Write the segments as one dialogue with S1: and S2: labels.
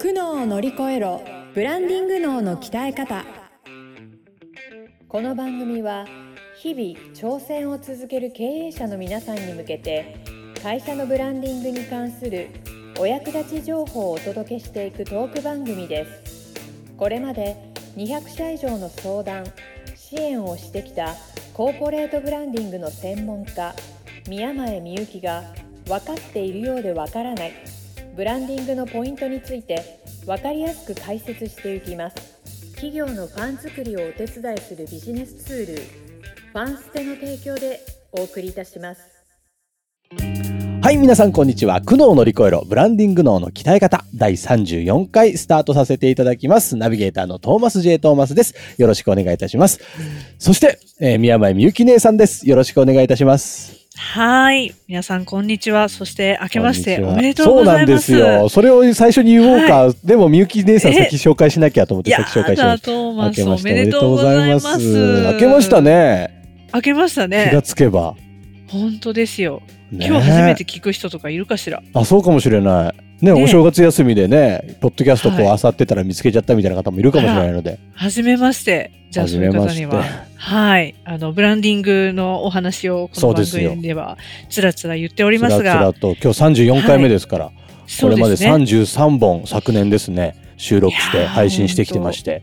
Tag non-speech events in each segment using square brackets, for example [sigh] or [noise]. S1: 苦悩を乗り越えろブランディング脳の鍛え方この番組は日々挑戦を続ける経営者の皆さんに向けて会社のブランディングに関するお役立ち情報をお届けしていくトーク番組ですこれまで200社以上の相談支援をしてきたコーポレートブランディングの専門家宮前みゆきが分かっているようで分からないブランディングのポイントについて分かりやすく解説していきます企業のファン作りをお手伝いするビジネスツールファンステの提供でお送りいたします
S2: はい、皆さん、こんにちは。苦悩を乗り越えろ、ブランディング脳の鍛え方、第34回スタートさせていただきます。ナビゲーターのトーマス J. トーマスです。よろしくお願いいたします。そして、えー宮前みゆき姉さんです。よろしくお願いいたします。
S3: はい。皆さん、こんにちは。そして、明けまして
S2: こん
S3: お
S2: にちは
S3: めでとうございます。
S2: そうなんですよ。それを最初に言おうか。でも、みゆき姉さん先
S3: え
S2: 紹介しなきゃと思って
S3: や
S2: 先紹介しま
S3: ー、
S2: した。
S3: ト
S2: 明
S3: ーマ
S2: け
S3: ス、
S2: ま
S3: お
S2: して
S3: めでとうございます。
S2: 明けました。ね。
S3: 明けました
S2: 気が
S3: ね。
S2: つけば。
S3: 本当ですよ。
S2: ね
S3: 今日初めて聞く人とかいるかしら。
S2: あ、そうかもしれない。ね、
S3: ね
S2: お正月休みでね、ポッドキャストこう
S3: はい
S2: 漁ってたら見つけちゃったみたいな方もいるかもしれない
S3: [laughs]
S2: ので。
S3: 初めまして。じゃあ、
S2: 初
S3: そう
S2: め
S3: いう
S2: ま
S3: 方
S2: し
S3: に
S2: て
S3: は。はい。あの、ブランディングのお話を、こ
S2: そう
S3: の
S2: で
S3: 番
S2: すよ
S3: 組では、つらつら言っており
S2: つ
S3: ま
S2: ら
S3: す
S2: つ
S3: が、
S2: らと今日34回目ですから、こ
S3: そ
S2: れ
S3: う
S2: まで
S3: ですね。
S2: 33本昨年ですね収録し
S3: い
S2: て
S3: やー
S2: 配信してきてまして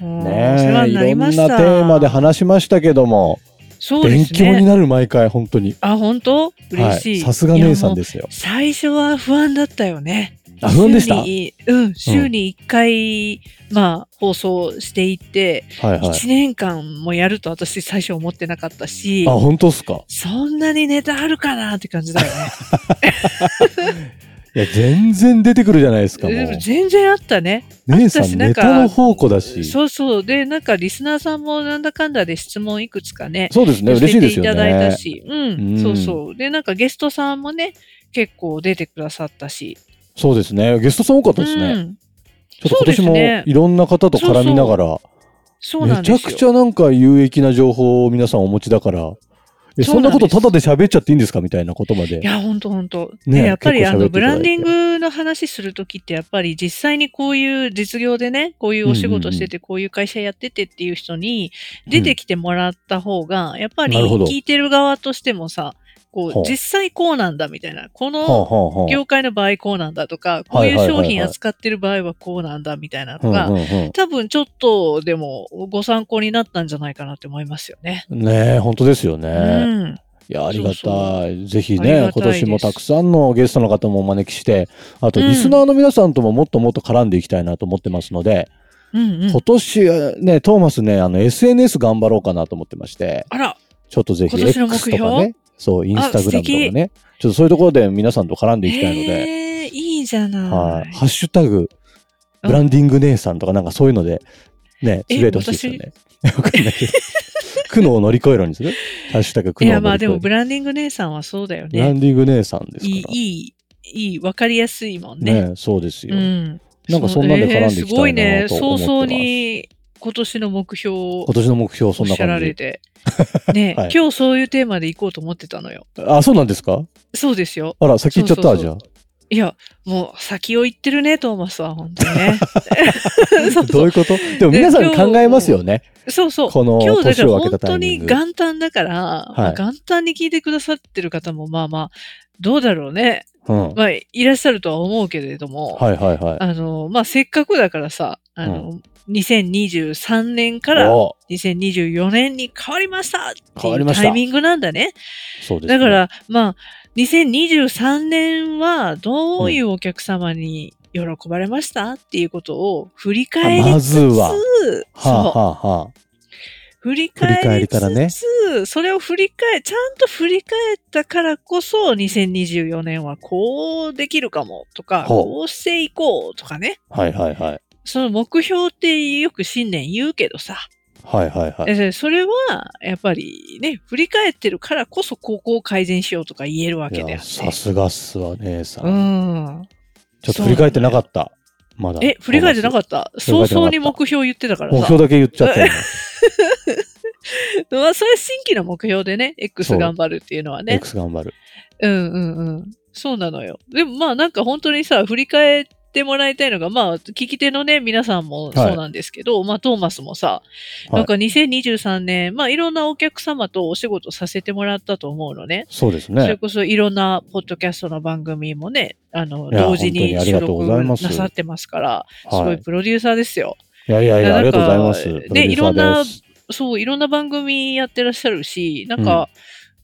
S3: うんお世
S2: ねえ
S3: 話に
S2: い
S3: なり
S2: ろんな
S3: ま
S2: テ
S3: した。
S2: ーマで話しましたけども、
S3: そうで
S2: 勉
S3: す
S2: 強に
S3: ね。
S2: なる毎回本当に
S3: あ、本当
S2: は
S3: 嬉しい。
S2: いさすが姉さん
S3: で
S2: ですよ
S3: 最初は不安だったよね。
S2: あ不安でした
S3: 週にうん、週に1回、まあ、放送していて、
S2: はいはい
S3: 1年間もやると私最初思ってなかったし
S2: あ、本当っすか
S3: そんなにネタあるかなって感じだよね。
S2: いや全然出てくるじゃない [laughs] ですかも
S3: でも
S2: う
S3: 全然あったね。
S2: 姉さ
S3: あった
S2: ん
S3: しなん
S2: ネ
S3: か
S2: タの宝庫だし
S3: そうそう。で、なんかリスナーさんもなんだかんだで質問いくつかね、
S2: そうですね
S3: 寄せ
S2: 嬉しいです
S3: てい
S2: よ
S3: ただいた
S2: ね
S3: し、
S2: う
S3: うんん、そうそう。で、なんかゲストさんもね、結構出てくださったし。
S2: そうですねゲストさん多かったですね、
S3: うん。
S2: ちょっと今年
S3: そう
S2: も
S3: ですね
S2: いろんな方と絡みながら
S3: そうな
S2: め
S3: んです
S2: ち
S3: よ。
S2: ゃくちゃなんか有益な情報を皆さんお持ちだから、えそ
S3: そうんな
S2: なん
S3: です
S2: ことただで喋っちゃっていいんですかみたいなことまで
S3: い。や、本当本当。
S2: ね
S3: でやっぱり
S2: 結
S3: あ
S2: 構喋っていただいて
S3: のブランディングの話するときって、やっぱり実際にこういう実業でね、こういうお仕事してて、こういう会社やっててっていう人に出てきてもらった方が、やっぱり
S2: なるほど
S3: 聞いてる側としてもさ、
S2: ほ
S3: こ
S2: う
S3: う、実際こうなんだみたいな、こ
S2: はあ
S3: の
S2: はあはあ
S3: 業界の場合こうなんだとか、こういう
S2: はいはいはい
S3: 商
S2: はい
S3: 品扱ってる場合はこうなんだみたいな
S2: う
S3: の
S2: ん
S3: が、
S2: うん
S3: 多分ちょっとでもご参考になったんじゃないかなって思いますよね。
S2: うん、ねえ本当ですよね。
S3: うん。
S2: いやありが
S3: そうそ
S2: たいぜひ
S3: あり
S2: ね
S3: がた
S2: 今
S3: いです
S2: 年もたくさんのゲストの方もお招きしてあと
S3: うん
S2: リスナーの皆さんとももっともっと絡んでいきたいなと思ってますので、
S3: うんうん
S2: 今。年はねトーマスねあの SNS 頑張ろうかなと思ってまして
S3: あら、
S2: ちょっとぜひ
S3: 今年の目
S2: X と
S3: 標
S2: かねそうインスタグラムとか
S3: 素
S2: ねちょっとそういうところで皆さんと絡んでいきたいので。
S3: えー、いいじゃない。
S2: はい、ハッシュタグ、ブランディング姉さんとかなんかそういうので、ね、つ
S3: え
S2: ぶやいてほしいですよね。 [laughs] わかんないけど。苦悩を乗り越えろにするハッシュタグ苦
S3: い
S2: 悩を
S3: や、ま
S2: 乗
S3: あ
S2: り
S3: で
S2: 越え
S3: も
S2: ろ。
S3: ブランディング姉さんはそうだよ
S2: ブラ
S3: ね。
S2: ンディング姉さんです
S3: い
S2: か
S3: い、いい、いい、わかりやすいもん
S2: ら。ね
S3: ね。
S2: そうですよ、
S3: うん。
S2: なんかそんなんで絡んでいきたい
S3: え
S2: な
S3: ーすごいね。
S2: と思ってます。
S3: 早々に今年の目標を
S2: 今年の目標、そ
S3: おっ
S2: んな
S3: しゃら
S2: 感
S3: れ
S2: じ。
S3: て。ね、
S2: [laughs] はい
S3: 今日そういうテーマで行こうと思ってたのよ。
S2: あ、そうなんですか
S3: そうですよ。
S2: あら、先行っちゃった
S3: そうそうそう
S2: じ
S3: いや、もう先を行ってるね、トーマスは、本当に
S2: [laughs]
S3: ね。
S2: ゃ
S3: そ
S2: あ。
S3: う
S2: どう
S3: そ
S2: いううことでも皆さん
S3: ね今日
S2: 考えますよね。
S3: そうそう。
S2: この
S3: 今日だか
S2: 年を
S3: ら
S2: 明け
S3: 本
S2: たタ
S3: 当
S2: イミ
S3: に
S2: ング。
S3: 元旦だから、まあ元旦に聞いてくださってる方もまあまあ、どうだろうね。
S2: うん。
S3: まあ、いらっしゃるとは思うけれども、
S2: はいはいはい。
S3: あの、まあ、せっかくだからさ、あの、2023年から
S2: お
S3: 2024年に変わりましたって
S2: 変わ
S3: い
S2: り
S3: う
S2: ました
S3: タイミングなんだね。
S2: そうですね、
S3: だから、まあ、2023年はどういうお客様に喜ばれました、っていうことを振り返り
S2: ま
S3: つ
S2: ず
S3: つ、
S2: は、はあ、
S3: そう
S2: はあはあ、
S3: 振り
S2: 振り返
S3: 返
S2: れ
S3: り
S2: た
S3: つ
S2: らね
S3: つ、それを振り返、ちゃんと振り返ったからこそ、2024年はこうできるかもとか、
S2: ほう
S3: こうしていこうとかね。
S2: はいはいはい。
S3: その目標ってよく新年言うけどさ、
S2: はいはいはい。
S3: えそれはやっぱりね、振り返ってるからこそここを改善しようとか言えるわ
S2: い
S3: けであ
S2: や、
S3: って。
S2: さすがっすわ、姉さん。
S3: うん。
S2: ちょっと振り返ってなかった。まだ。
S3: え、振り返ってなか
S2: っ
S3: った
S2: 振り返
S3: 早
S2: ってなかった
S3: 々に目標言ってたから
S2: 目
S3: さ。
S2: 標だけ言っちゃったよね。
S3: まあ、それ新規の目標でね、X
S2: そう
S3: 頑張るっていうのはね。
S2: X 頑張る。
S3: うんうんうん。そうなのよ。でもまあなんか本当にさ、振り返っってもらいたいのが、まあ、聞き手のね、皆さんもそうなんですけど、まあ、トーマスもさ、
S2: はい
S3: なんか2023年、まあ、いろんなお客様とお仕事させてもらったと思うのね。
S2: そうです
S3: それ
S2: ね。
S3: こそいろんなポッドキャストの番組もね、あの、
S2: いや
S3: 同時
S2: 本当に
S3: に
S2: あり
S3: 収
S2: がとうご
S3: 録
S2: ざい
S3: な
S2: ます
S3: さってますから、すご
S2: はい
S3: いプロデューサーですよ。
S2: いやいやい
S3: い
S2: や、
S3: や
S2: ありがとうございます。
S3: なんか
S2: プロデューサー
S3: ねいろんな
S2: です
S3: そう、いろんな番組やってらっしゃるし、なんか、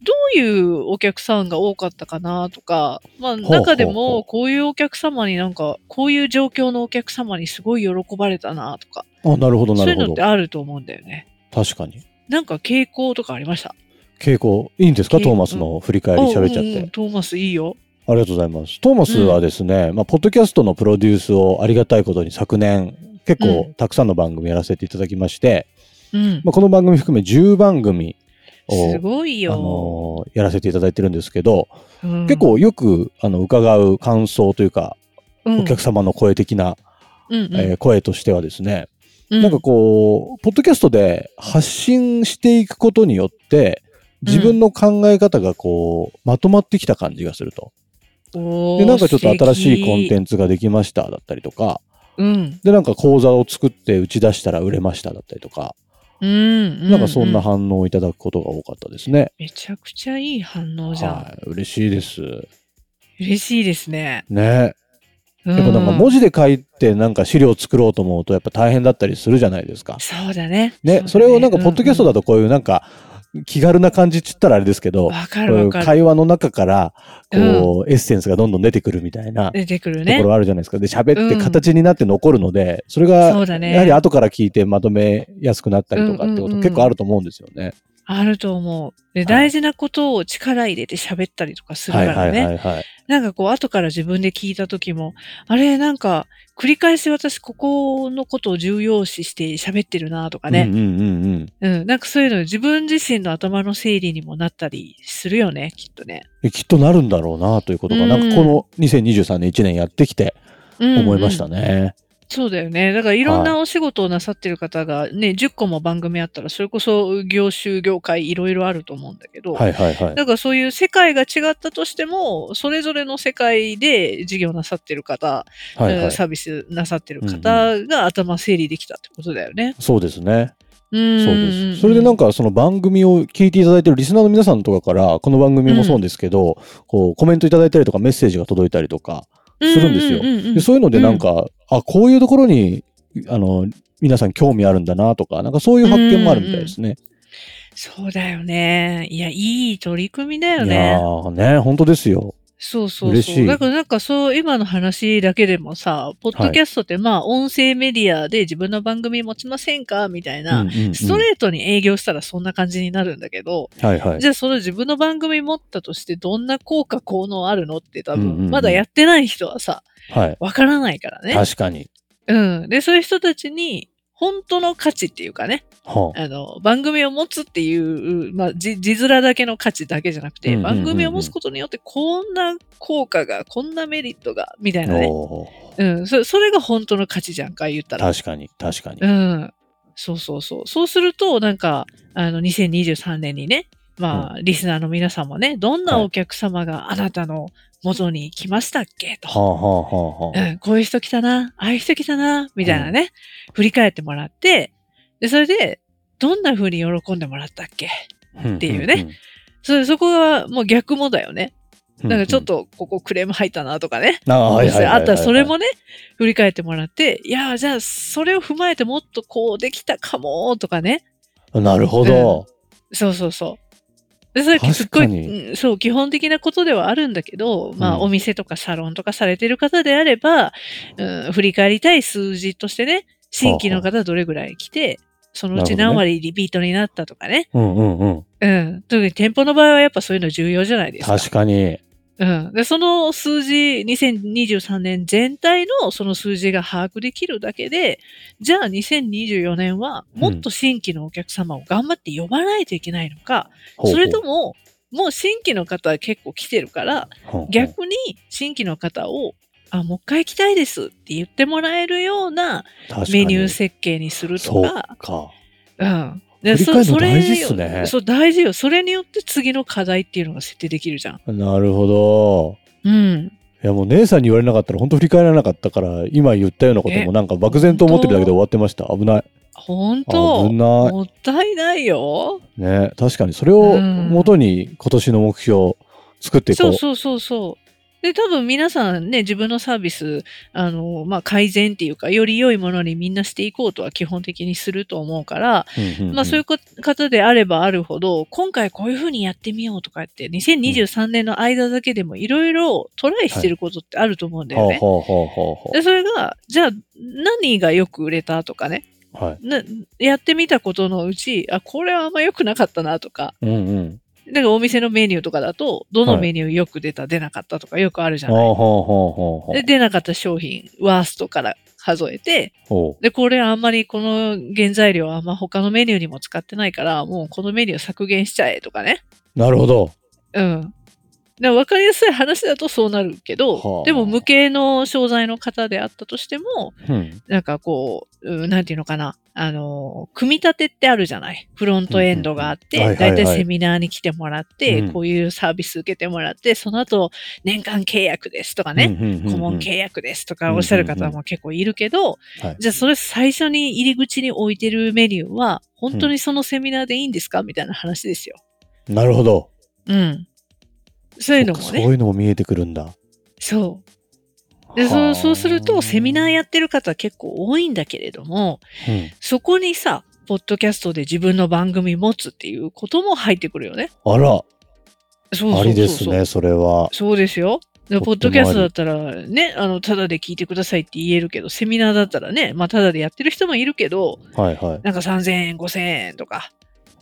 S3: どういうお客さんが多かったかなとか、まあ、
S2: ほう
S3: 中で
S2: ほうほう
S3: も、こういうお客様になんか、こういう状況のお客様にすごい喜ばれたなとか、
S2: あ、なるほど、
S3: そ
S2: な
S3: ういう
S2: る
S3: のっ
S2: ほ
S3: て
S2: ど。
S3: あると思うんだよね。
S2: 確かに。
S3: なんか傾向とかありました。
S2: 傾向、いいんですか
S3: 傾
S2: トーマスの振り返り喋っちゃっ
S3: うんうん
S2: て
S3: うん。トーマスいいよ。
S2: ありがとうございます。トーマスはですね、まあ、ポッドキャストのプロデュースをありがたいことに昨年、結
S3: う
S2: 構たくさんの番組やらせていただきまして、
S3: うん。
S2: まあ、この番組含め10番組を、
S3: すごい
S2: あ
S3: よ。
S2: のーやらせていただいてるんですけど、
S3: うん
S2: 結、構よくあの伺う感想というか、
S3: お
S2: お客様の声的な、えー声としてはですね、なんかこう、ポッドキャストで発信していくことによって、自分の考え方がこう、まとまってきた感じがすると。
S3: こ
S2: で、なんかちょっと新しいコンテ
S3: ンツ。
S2: ンツができましただったりとか、
S3: うん。
S2: で、なんか講座を作って打ち出したら売れましただったりとか、
S3: うん。
S2: なんかそんな
S3: うう
S2: 反応をいただくことが多かったですね。
S3: めちゃくちゃいい反応じゃん。
S2: はい。嬉しいです。
S3: 嬉しいですね。
S2: ね。
S3: や
S2: やっぱなんか文字で書いてなんか資料を作ろうと思うとやっぱ大変だったりするじゃないですか。
S3: そうだね。
S2: ね、それをなんかポッドキャストだ
S3: と。
S2: とこういうなんか気軽な感じって言ったらあれですけど、
S3: わ
S2: こ
S3: か
S2: うい
S3: る
S2: う
S3: わかる。
S2: 会話の中からこう、エッセンスがどんどん出てくるみたいなと
S3: 出てくる
S2: こ
S3: ね。
S2: ろあるじゃないですか。で、喋って
S3: うん
S2: 形になって残るので、それ
S3: そう
S2: が
S3: だ
S2: やはり
S3: ね。
S2: 後から聞いてまとめやすくなったりとかってこ
S3: うんうんう
S2: と
S3: ん
S2: 結構あると思うんですよね。
S3: あると思う。で、
S2: い
S3: 大事なことを力入れて喋ったりとかする
S2: は
S3: か
S2: いは
S3: ら
S2: いは
S3: ね。
S2: いはい。
S3: なんかこう、後から自分で聞いた時も、あれ、なんか、繰り返し私ここのことを重要視して喋ってるなとか
S2: う
S3: ね。
S2: んうんうんうん。
S3: うん。なんかそういうの自分自身の頭の整理にもなったりするよね、きっとね。
S2: できっとなるんだろうなということが、
S3: うん
S2: なんかこの2023年1年やってきて思いまし
S3: ね
S2: たね。
S3: そうだよね。だからいろんなお仕事をなさってる方がね、10個も番組あったら、それこそ業種、業界いろいろあると思うんだけど、
S2: はいはいはい。
S3: だからそういう世界が違ったとしても、それぞれの世界で事業なさってる方、
S2: はい
S3: え
S2: は
S3: ー
S2: い。
S3: サービスなさってる方が頭整理できたってことだよね。
S2: そうですね。
S3: うん。
S2: そうです。それでなん
S3: か、
S2: かその番組を聞いていただいてるリスナーの皆さんとかから、この番組もそうですけど、こうコメントいただいたりとかメッセージが届いたりとか、するんですよ
S3: ううう
S2: でそういうのでなんか、あ、こういうところに、あの、皆さん興味あるんだなとか、なんかそういう発見もあるみたいですね。
S3: そうだよね。いや、いい取り組みだよ
S2: いや
S3: ね。
S2: ーね、本当ですよ。
S3: そうそう
S2: 嬉
S3: そ。
S2: しいう
S3: だからなんかそう、今の話だけでもさ、ポッドキャストってまあ、音声メディアで自分の番組持ちませんかみたいな、
S2: うんうんうん
S3: ストレートに営業したらそんな感じになるんだけど、
S2: はいはい。
S3: じゃあその自分の番組持ったとしてどんな効果効能あるのって多
S2: うんうんうん
S3: 分、まだやってない人はさ、
S2: はい。
S3: わからないからね。
S2: 確かに。
S3: うん。で、そういう人たちに、本当の価値っていうかね、
S2: はあ
S3: あの、番組を持つっていう、まあ、じ字面だけの価値だけじゃなく
S2: うんう
S3: て、
S2: んうんうん
S3: 番組を持つことによって、こんな効果が、こんなメリットが、みたいなね。
S2: おー
S3: うん、そそれが本当の価値じゃんか、言ったら。
S2: 確かに、確かに
S3: う。ん。そうそうそう。そうすると、なんか、あの、2023年にね、まあ、リスナーの皆さんもね、どんなお客様があなたの元に来ましたっけと。
S2: はあはあはあはあ。
S3: うん、こういう人来たな、ああいう人来たな、みたいなね、振り返ってもらって、で、それで、どんな風に喜んでもらったっけ
S2: って
S3: いうね。それ、そこはもう逆もだよね。なんかちょっ
S2: と、
S3: とここクレーム入ったなとかね。
S2: ああはいはいはいはい
S3: あったらそれもね、振り返ってもらって、いやー、じゃあそれを踏まえてもっとこうできたかもーとかね。
S2: なるほど。
S3: そうそうそう。でそれ
S2: 確かに
S3: すっごい、うんそう、基本的なことではあるんだけど、ま
S2: う
S3: あ、
S2: ん
S3: お店とかサロンとかされてる方であれば、うん、振り返りたい数字としてね、新規の方どれぐらい来て、そのうち
S2: なるほど
S3: 何
S2: ね
S3: 割リピートになったとかね。
S2: うんうんうん。
S3: うん。特に店舗の場合はやっぱそういうの重要じゃないですか。
S2: 確かに。
S3: うん。で、その数字、2023年全体のその数字が把握できるだけで、じゃあ2024年はもっと新規のお客様を頑張って呼ばないといけないのか、それとも、もう新規の方結構来てるから、
S2: も、
S3: 逆に新規の方を、あ、もう一回来たいですって言ってもらえるようなメニュー設計にすると
S2: そう
S3: か、
S2: か。
S3: うん。で
S2: 振り返るの大事っすね
S3: それよそう、大事よ。それによって次の課題っていうのが設定できるじゃん。
S2: なるほど。
S3: うん。
S2: いやもう姉さんに言われなかったら本当振り返らなかったから今言ったようなこともなんか漠然と思ってるだけで終わってました危ない
S3: 本当
S2: 危ない
S3: もったいないよ。
S2: ね確かにそれを
S3: うん
S2: 元に今年の目標作っていこ
S3: そううそうそうそう。で、多分皆さんね、自分のサービス、あの、まあ、改善っていうか、より良いものにみんなしていこうとは基本的にすると思うから、
S2: うんうんうん
S3: まあ、そういうこ方であればあるほど、今回こういうふうにやってみようとかって、2023年の間だけでもいろいろトライしてることってあると思うんだよね。
S2: ほうほうほうほうほ
S3: で、それが、じゃあ、何がよく売れたとかね、
S2: うはい
S3: なやってみたことのうち、あ、これはあんま良くなかったなとか、
S2: うんうん
S3: なんかお店のメニューとかだと、どのメニューよく出た、出なかったとかよくあるじゃな
S2: ほ。
S3: い
S2: ほう
S3: う
S2: ほうほうほう
S3: で、出なかった商品、ワーストから数えて、
S2: ほう
S3: で、これあんまりこの原材料はあんま他のメニューにも使ってないから、もうこのメニュー削減しちゃえとかね。
S2: なるほど
S3: うん。で分かりやすい話だとそうなるけど、
S2: はあ
S3: でも無形の商材の方であったとしても、
S2: うん
S3: なんかこう、うんなんていうのかな、あの、組み立てってあるじゃない。フロントエンドがあっ
S2: うんうんう
S3: て、
S2: んはい
S3: だ
S2: はいいはい
S3: たいセミナーに来てもらって、
S2: うん
S3: こういうサービス受けてもらって、その後、年間契約ですとかね、
S2: うんうんうんうん
S3: 顧問契約ですとかおっしゃる方も結構いるけど、
S2: はい
S3: じゃあそれ最初に入り口に置いてるメニューは、本当にそのセミナーでいいんですかみたいな話ですよ。
S2: なるほど
S3: うん。そういうのも
S2: そっかそう
S3: ね。
S2: いうのも見えてくるんだ
S3: そう。で、
S2: は
S3: そ
S2: あ
S3: うそうすると、セミナーやってる方結構多いんだけれども、
S2: うん
S3: そこにさ、ポッドキャストで自分の番組持つっていうことも入ってくるよね。
S2: あら
S3: そうそうそうそう
S2: ありですねそれは
S3: そうですよ。でポ
S2: と
S3: ッ
S2: って
S3: ド
S2: もあり
S3: キャストだったらね、あの、ただで聞いてくださいって言えるけど、セミナーだったらね、まあ、ただでやってる人もいるけど、
S2: はいはい
S3: なんか3000円、5000円とか、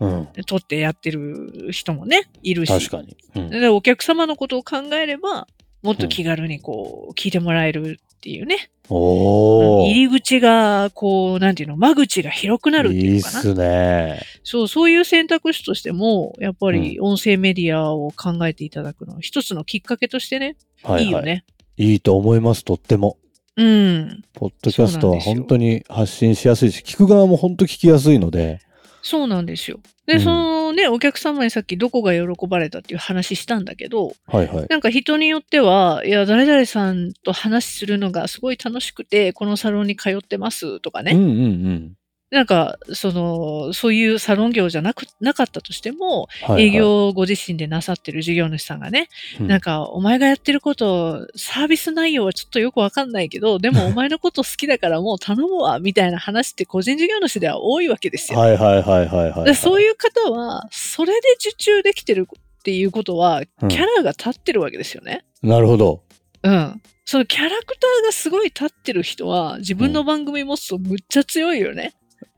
S2: うん
S3: 取ってやってる人もね、いるし。
S2: 確かにうん
S3: で、お客様のことを考えれば、もっと気軽にこう、聞いてもらえるっていうね。
S2: おお
S3: 入り口が、こう、なんていうの、間口が広くなるって
S2: い
S3: い
S2: いうっ
S3: かな。
S2: すね
S3: そう、そういう選択肢としても、やっぱり音声メディアを考えていただくのは、一つのきっかけとしてね、
S2: はいい
S3: いよ
S2: はい
S3: ね。
S2: いいと思いますとっても
S3: うん。
S2: ポッドキャストは本当に発信しやすいし、聞く側も本当聞きやすいので、
S3: そうなんですよ。
S2: う
S3: で、
S2: ん
S3: そのね、お客様にさっきどこが喜ばれたっていう話したんだけど、
S2: はいはい。
S3: なんか人によっては、いや、誰々さんと話するのがすごい楽しくて、このサロンに通ってますとか
S2: うん
S3: ね。
S2: うんうん。
S3: なんか、その、そういうサロン業じゃなく、なかったとしても、
S2: はいはい
S3: 営業をご自身でなさってる事業主さんがね、
S2: うん
S3: なんか、お前がやってること、サービス内容はちょっとよくわかんないけど、でもお前のこと好きだからもう頼むわ、みたいな話って個人事業主では多いわけですよ。
S2: はいはいはいはいはい。
S3: でそう
S2: い
S3: いう方は、それで受注できてるっていうことは、
S2: うん
S3: キャラが立ってるわけですよね。
S2: う。なるほど。
S3: うん。そのキャラクターがすごい立ってる人は、自分の番組持つとむっちゃ強いよね。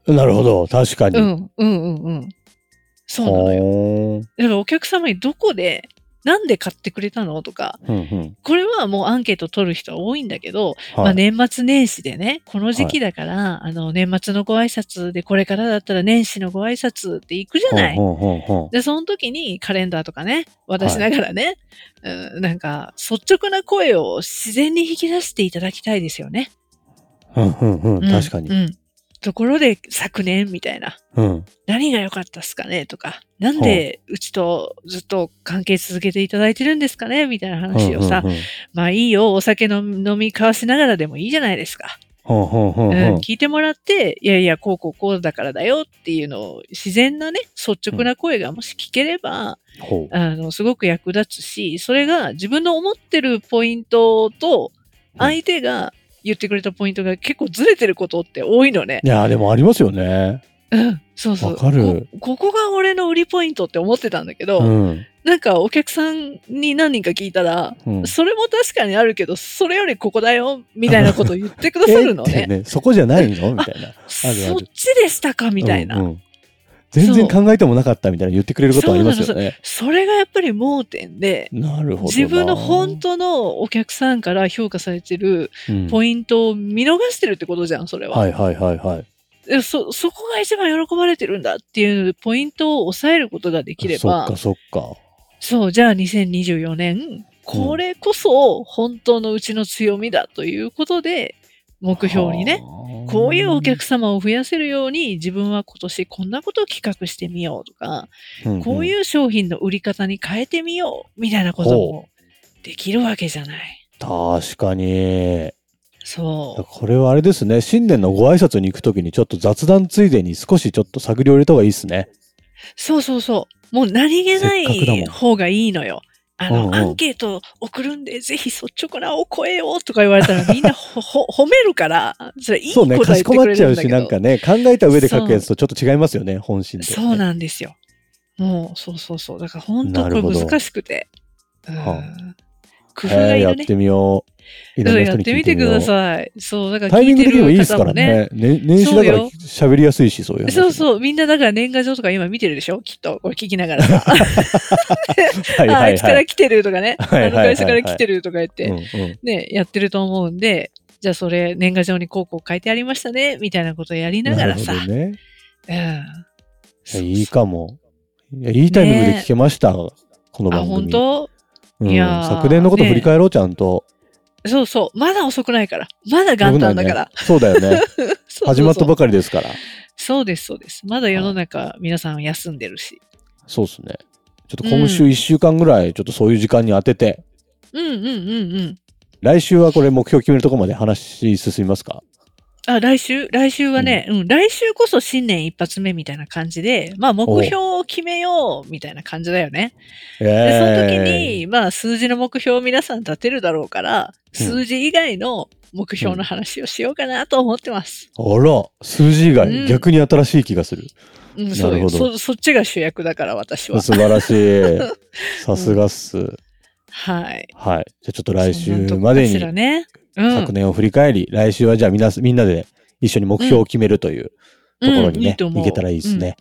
S2: なるほど。確かに。
S3: う、ん、うん、うん、うん。そうなのよ。
S2: ほーん
S3: だからお客様にどこで、なんで買ってくれたのとか、
S2: うんうん。
S3: これはもうアンケート取る人は多いんだけど、ま
S2: は
S3: あ
S2: い。
S3: 年末年始でね、この時期だから、あの年末のご挨拶で、これからだったら年始のご挨拶って行くじゃない。
S2: ほんほんほんほん
S3: で、その時にカレンダーとかね、渡しながらね、うん、なんか率直な声を自然に引き出していただきたいですよね。
S2: うんうんうん。
S3: うん
S2: 確か
S3: う
S2: に。
S3: ん。ところで昨年みたいな、
S2: うん。
S3: 何が良かったっすかねとか、なんでうちとずっと関係続けていただいてるんですかねみたいな話をさ、
S2: うんうんうん
S3: まあいいよ、お酒の飲み交わしながらでもいいじゃないですか。
S2: ほんほんほん
S3: う
S2: ほ
S3: ん、
S2: ん。
S3: 聞いてもらって、いやいや、こうこうこうだからだよっていうのを、自然なね、率直な声がもし聞ければ、
S2: ほう。
S3: あの、すごく役立つし、それが自分の思ってるポイントと、
S2: うん
S3: 相手が言ってくれたポイントが結構ずれてることって多いのね
S2: い。や、でもありますよね。
S3: うん、そうそう。
S2: わかる
S3: こ。ここが俺の売りポイントって思ってたんだけど、
S2: うん。
S3: なんかお客さんに何人か聞いたら、
S2: うん
S3: それも確かにあるけど、それよりここだよ、みたいなことを言ってくださるの
S2: えっ
S3: ね
S2: て。ね、そこじゃないのみたいな。あるあ
S3: そ
S2: る
S3: っちでしたか [laughs] みたいな、
S2: うんうん全然考えてもなかったみたいな言ってくれることありますよね。
S3: それがやっぱり盲点で、
S2: なるほどな。
S3: 自分の本当のお客さんから評価されてる
S2: うん
S3: ポイントを見逃してるってことじゃん、それは。
S2: はいはいはいはい。
S3: でそ、そこが一番喜ばれてるんだっていうポイントを抑えることができれば、そ
S2: そっかそっか。
S3: う、じゃあ2024年、これこそ本当のうちの強みだということで、目標にね、
S2: はあ
S3: こういうお客様を増やせるように自分は今年こんなことを企画してみようとか、
S2: うんうん
S3: こういう商品の売り方に変えてみようみたいなこともできるわけじゃない。
S2: 確かに。
S3: そう。
S2: これはあれですね。新年のご挨拶に行くときにちょっと雑談ついでに少しちょっと探りを入れた方がいいですね。
S3: そうそうそう。もう何気な
S2: せっかくだもん
S3: い方がいいのよ。あの、
S2: うんうん
S3: アンケート送るんで、ぜひ率直なお声をとか言われたらみんなほ、 [laughs] ほ、褒めるから、それいい
S2: そう
S3: 答
S2: ね。
S3: え言
S2: か
S3: って
S2: し
S3: く
S2: こ
S3: れる
S2: まっ
S3: んだけど。
S2: ちゃうし、なんかね、考えた上で書くやつとちょっと違いますよね、本心で、
S3: そう
S2: ね。
S3: なんですよ。もう、そうそうそう。だから本当
S2: な
S3: こ
S2: るほ
S3: れ
S2: ど
S3: 難しくて。うん
S2: は
S3: 工夫
S2: え
S3: が
S2: ー
S3: い
S2: や
S3: る
S2: っ
S3: ね。
S2: てみよう。いろ
S3: うんん
S2: な
S3: や
S2: 人
S3: っ
S2: に
S3: て
S2: 聞い
S3: み
S2: て
S3: て
S2: み
S3: く
S2: よう。
S3: ださい。そう、だから
S2: タイミ
S3: 聞
S2: ン
S3: い
S2: グ
S3: て
S2: 的にもいい
S3: る
S2: ですか
S3: 方も
S2: ら
S3: ね。
S2: ね。ね年始だから
S3: そうよ
S2: 喋りやすいし、そういう話。
S3: そうそう、みんなだから年賀状とか今見てるでしょきっと、これ聞きな
S2: [laughs]
S3: がらさ。
S2: はい
S3: あ
S2: は
S3: あい
S2: い
S3: つか
S2: は
S3: ら
S2: い。
S3: 来てるとかね。
S2: はいはいはいはい
S3: あの会社から来てるとか言って、
S2: うんうん
S3: ね、やってると思うんで、じゃあそれ年賀状にこうこう書いてありましたね、みたいなことやりながらさ。
S2: なるほどね。
S3: うん
S2: いや
S3: そう
S2: いいかも。いやいいタイミングで聞けました。この
S3: あ、
S2: 番組。
S3: 本当
S2: うん
S3: いやー
S2: 昨年のこと振り返ろう、ちゃんと。
S3: そうそう。まだ遅くないから。まだ元旦だから。
S2: 僕なんねそうだよね。
S3: そうそうそう
S2: 始まったばかりですから。
S3: そうです、そうです。まだ世の中、皆さん休んでるし。
S2: そうですね。ちょっと今週1週間ぐらい、ちょっとそういう時間に当てて、
S3: うんうんうんうん。
S2: 来週はこれ目標決めるとこまで話進みますか
S3: あ、来週来週はね、うん、来週こそ新年一発目みたいな感じで、まあ目標を決めようみたいな感じだよね。
S2: え
S3: で、その時
S2: え
S3: に、まあ数字の目標を皆さん立てるだろうか
S2: う
S3: ら、
S2: ん
S3: 数字以外の目標の話をしようかなと思ってます。
S2: あら、数字以外、
S3: うん
S2: 逆に新しい気がする。
S3: うん、そう
S2: なる
S3: よ
S2: ほど
S3: そ。そっちが主役だから私は。
S2: 素晴らし
S3: [laughs]
S2: い。さすがっす。
S3: はい。
S2: はい。じゃあちょっと来
S3: そん
S2: 週
S3: なとこ
S2: まで
S3: かし
S2: に
S3: らね。うん。
S2: 昨年を振り返り、来週はじゃあみんなみんなで一緒に目標を決めるというところに
S3: うんい
S2: ね、
S3: いと思う
S2: いけたらいいですね。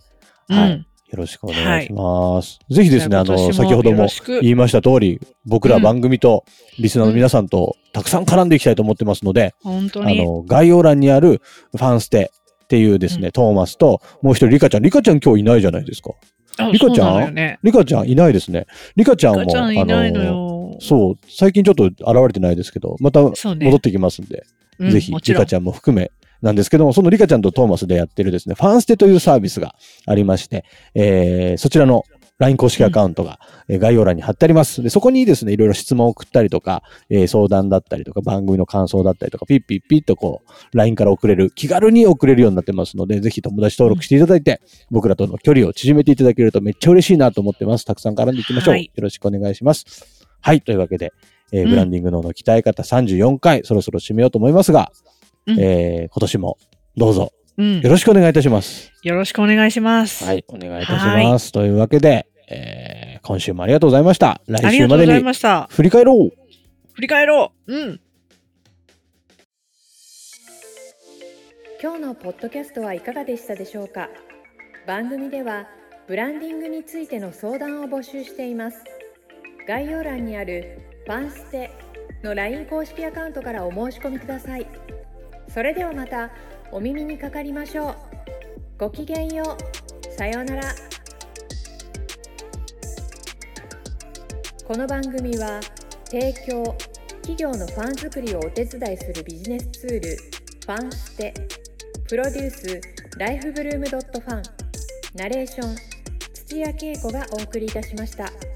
S3: うん
S2: はい。
S3: う
S2: よ
S3: ん
S2: ろしくお願いします。ぜひですね、あ
S3: じゃあ
S2: の、
S3: 今年
S2: 先ほど
S3: よ
S2: も
S3: ろしく
S2: 言いました通り、僕ら
S3: うん
S2: 番組とリスナーの皆さんとたくさん絡んでいきたいと思ってますので、
S3: 本当
S2: あ
S3: に。
S2: の、概要欄にあるファンステっていうですね、トーマスと、もう一人リカちゃん。リカちゃん今日いないじゃないですか。
S3: あ
S2: リカちゃん
S3: そうなのよね。
S2: リカちゃんいないですね。リカちゃんも、
S3: リカちゃんいないのよ。
S2: そう、最近ちょっと現れてないですけど、また戻
S3: そうね
S2: ってきますんで、
S3: うん
S2: ぜひ、
S3: も
S2: リ
S3: ちろ
S2: カ
S3: ん。
S2: ちゃんも含めなんですけども、そのリカちゃんとトーマスでやってるですね、ファンステというサービスがありまして、えーそちらの LINE 公式アカウントが、えー概要欄に貼ってあります。で、そこにですね、いろいろ質問を送ったりとか、えー相談だったりとか、番組の感想だったりとか、ピッピッピッとこう、LINE から送れる、気軽に送れるようになってますので、ぜひ友達登録していただいて、僕らとの距離を縮めていただけるとめっちゃ嬉しいなと思ってます。たくさん絡んでいきましょう。
S3: はい
S2: よろしくお願いします。はい、というわけで、えー
S3: うん
S2: ブランディング脳の鍛え方34回、そろそろ締めようと思いますが、
S3: うん
S2: えー今年もどうぞ
S3: うん
S2: よろしくお願いいたします。
S3: よろしくお願いします。
S2: はい、お願いいたします。というわけで、えー今週もありがとうございました。
S3: あ
S2: 来
S3: りが
S2: 週
S3: と
S2: ま
S3: うご
S2: で
S3: ざい
S2: に
S3: ました。
S2: 振り返ろう
S3: 振り返ろう。うん。
S1: 今日のポッドキャストはいかがでしたでしょうか番組ではブランディングについての相談を募集しています概要欄にあるファンステの LINE 公式アカウントからお申し込みくださいそれではまたお耳にかかりましょうごきげんようさようならこの番組は提供企業のファン作りをお手伝いするビジネスツールファンステプロデュースライフブルームドットファンナレーション土屋恵子がお送りいたしました。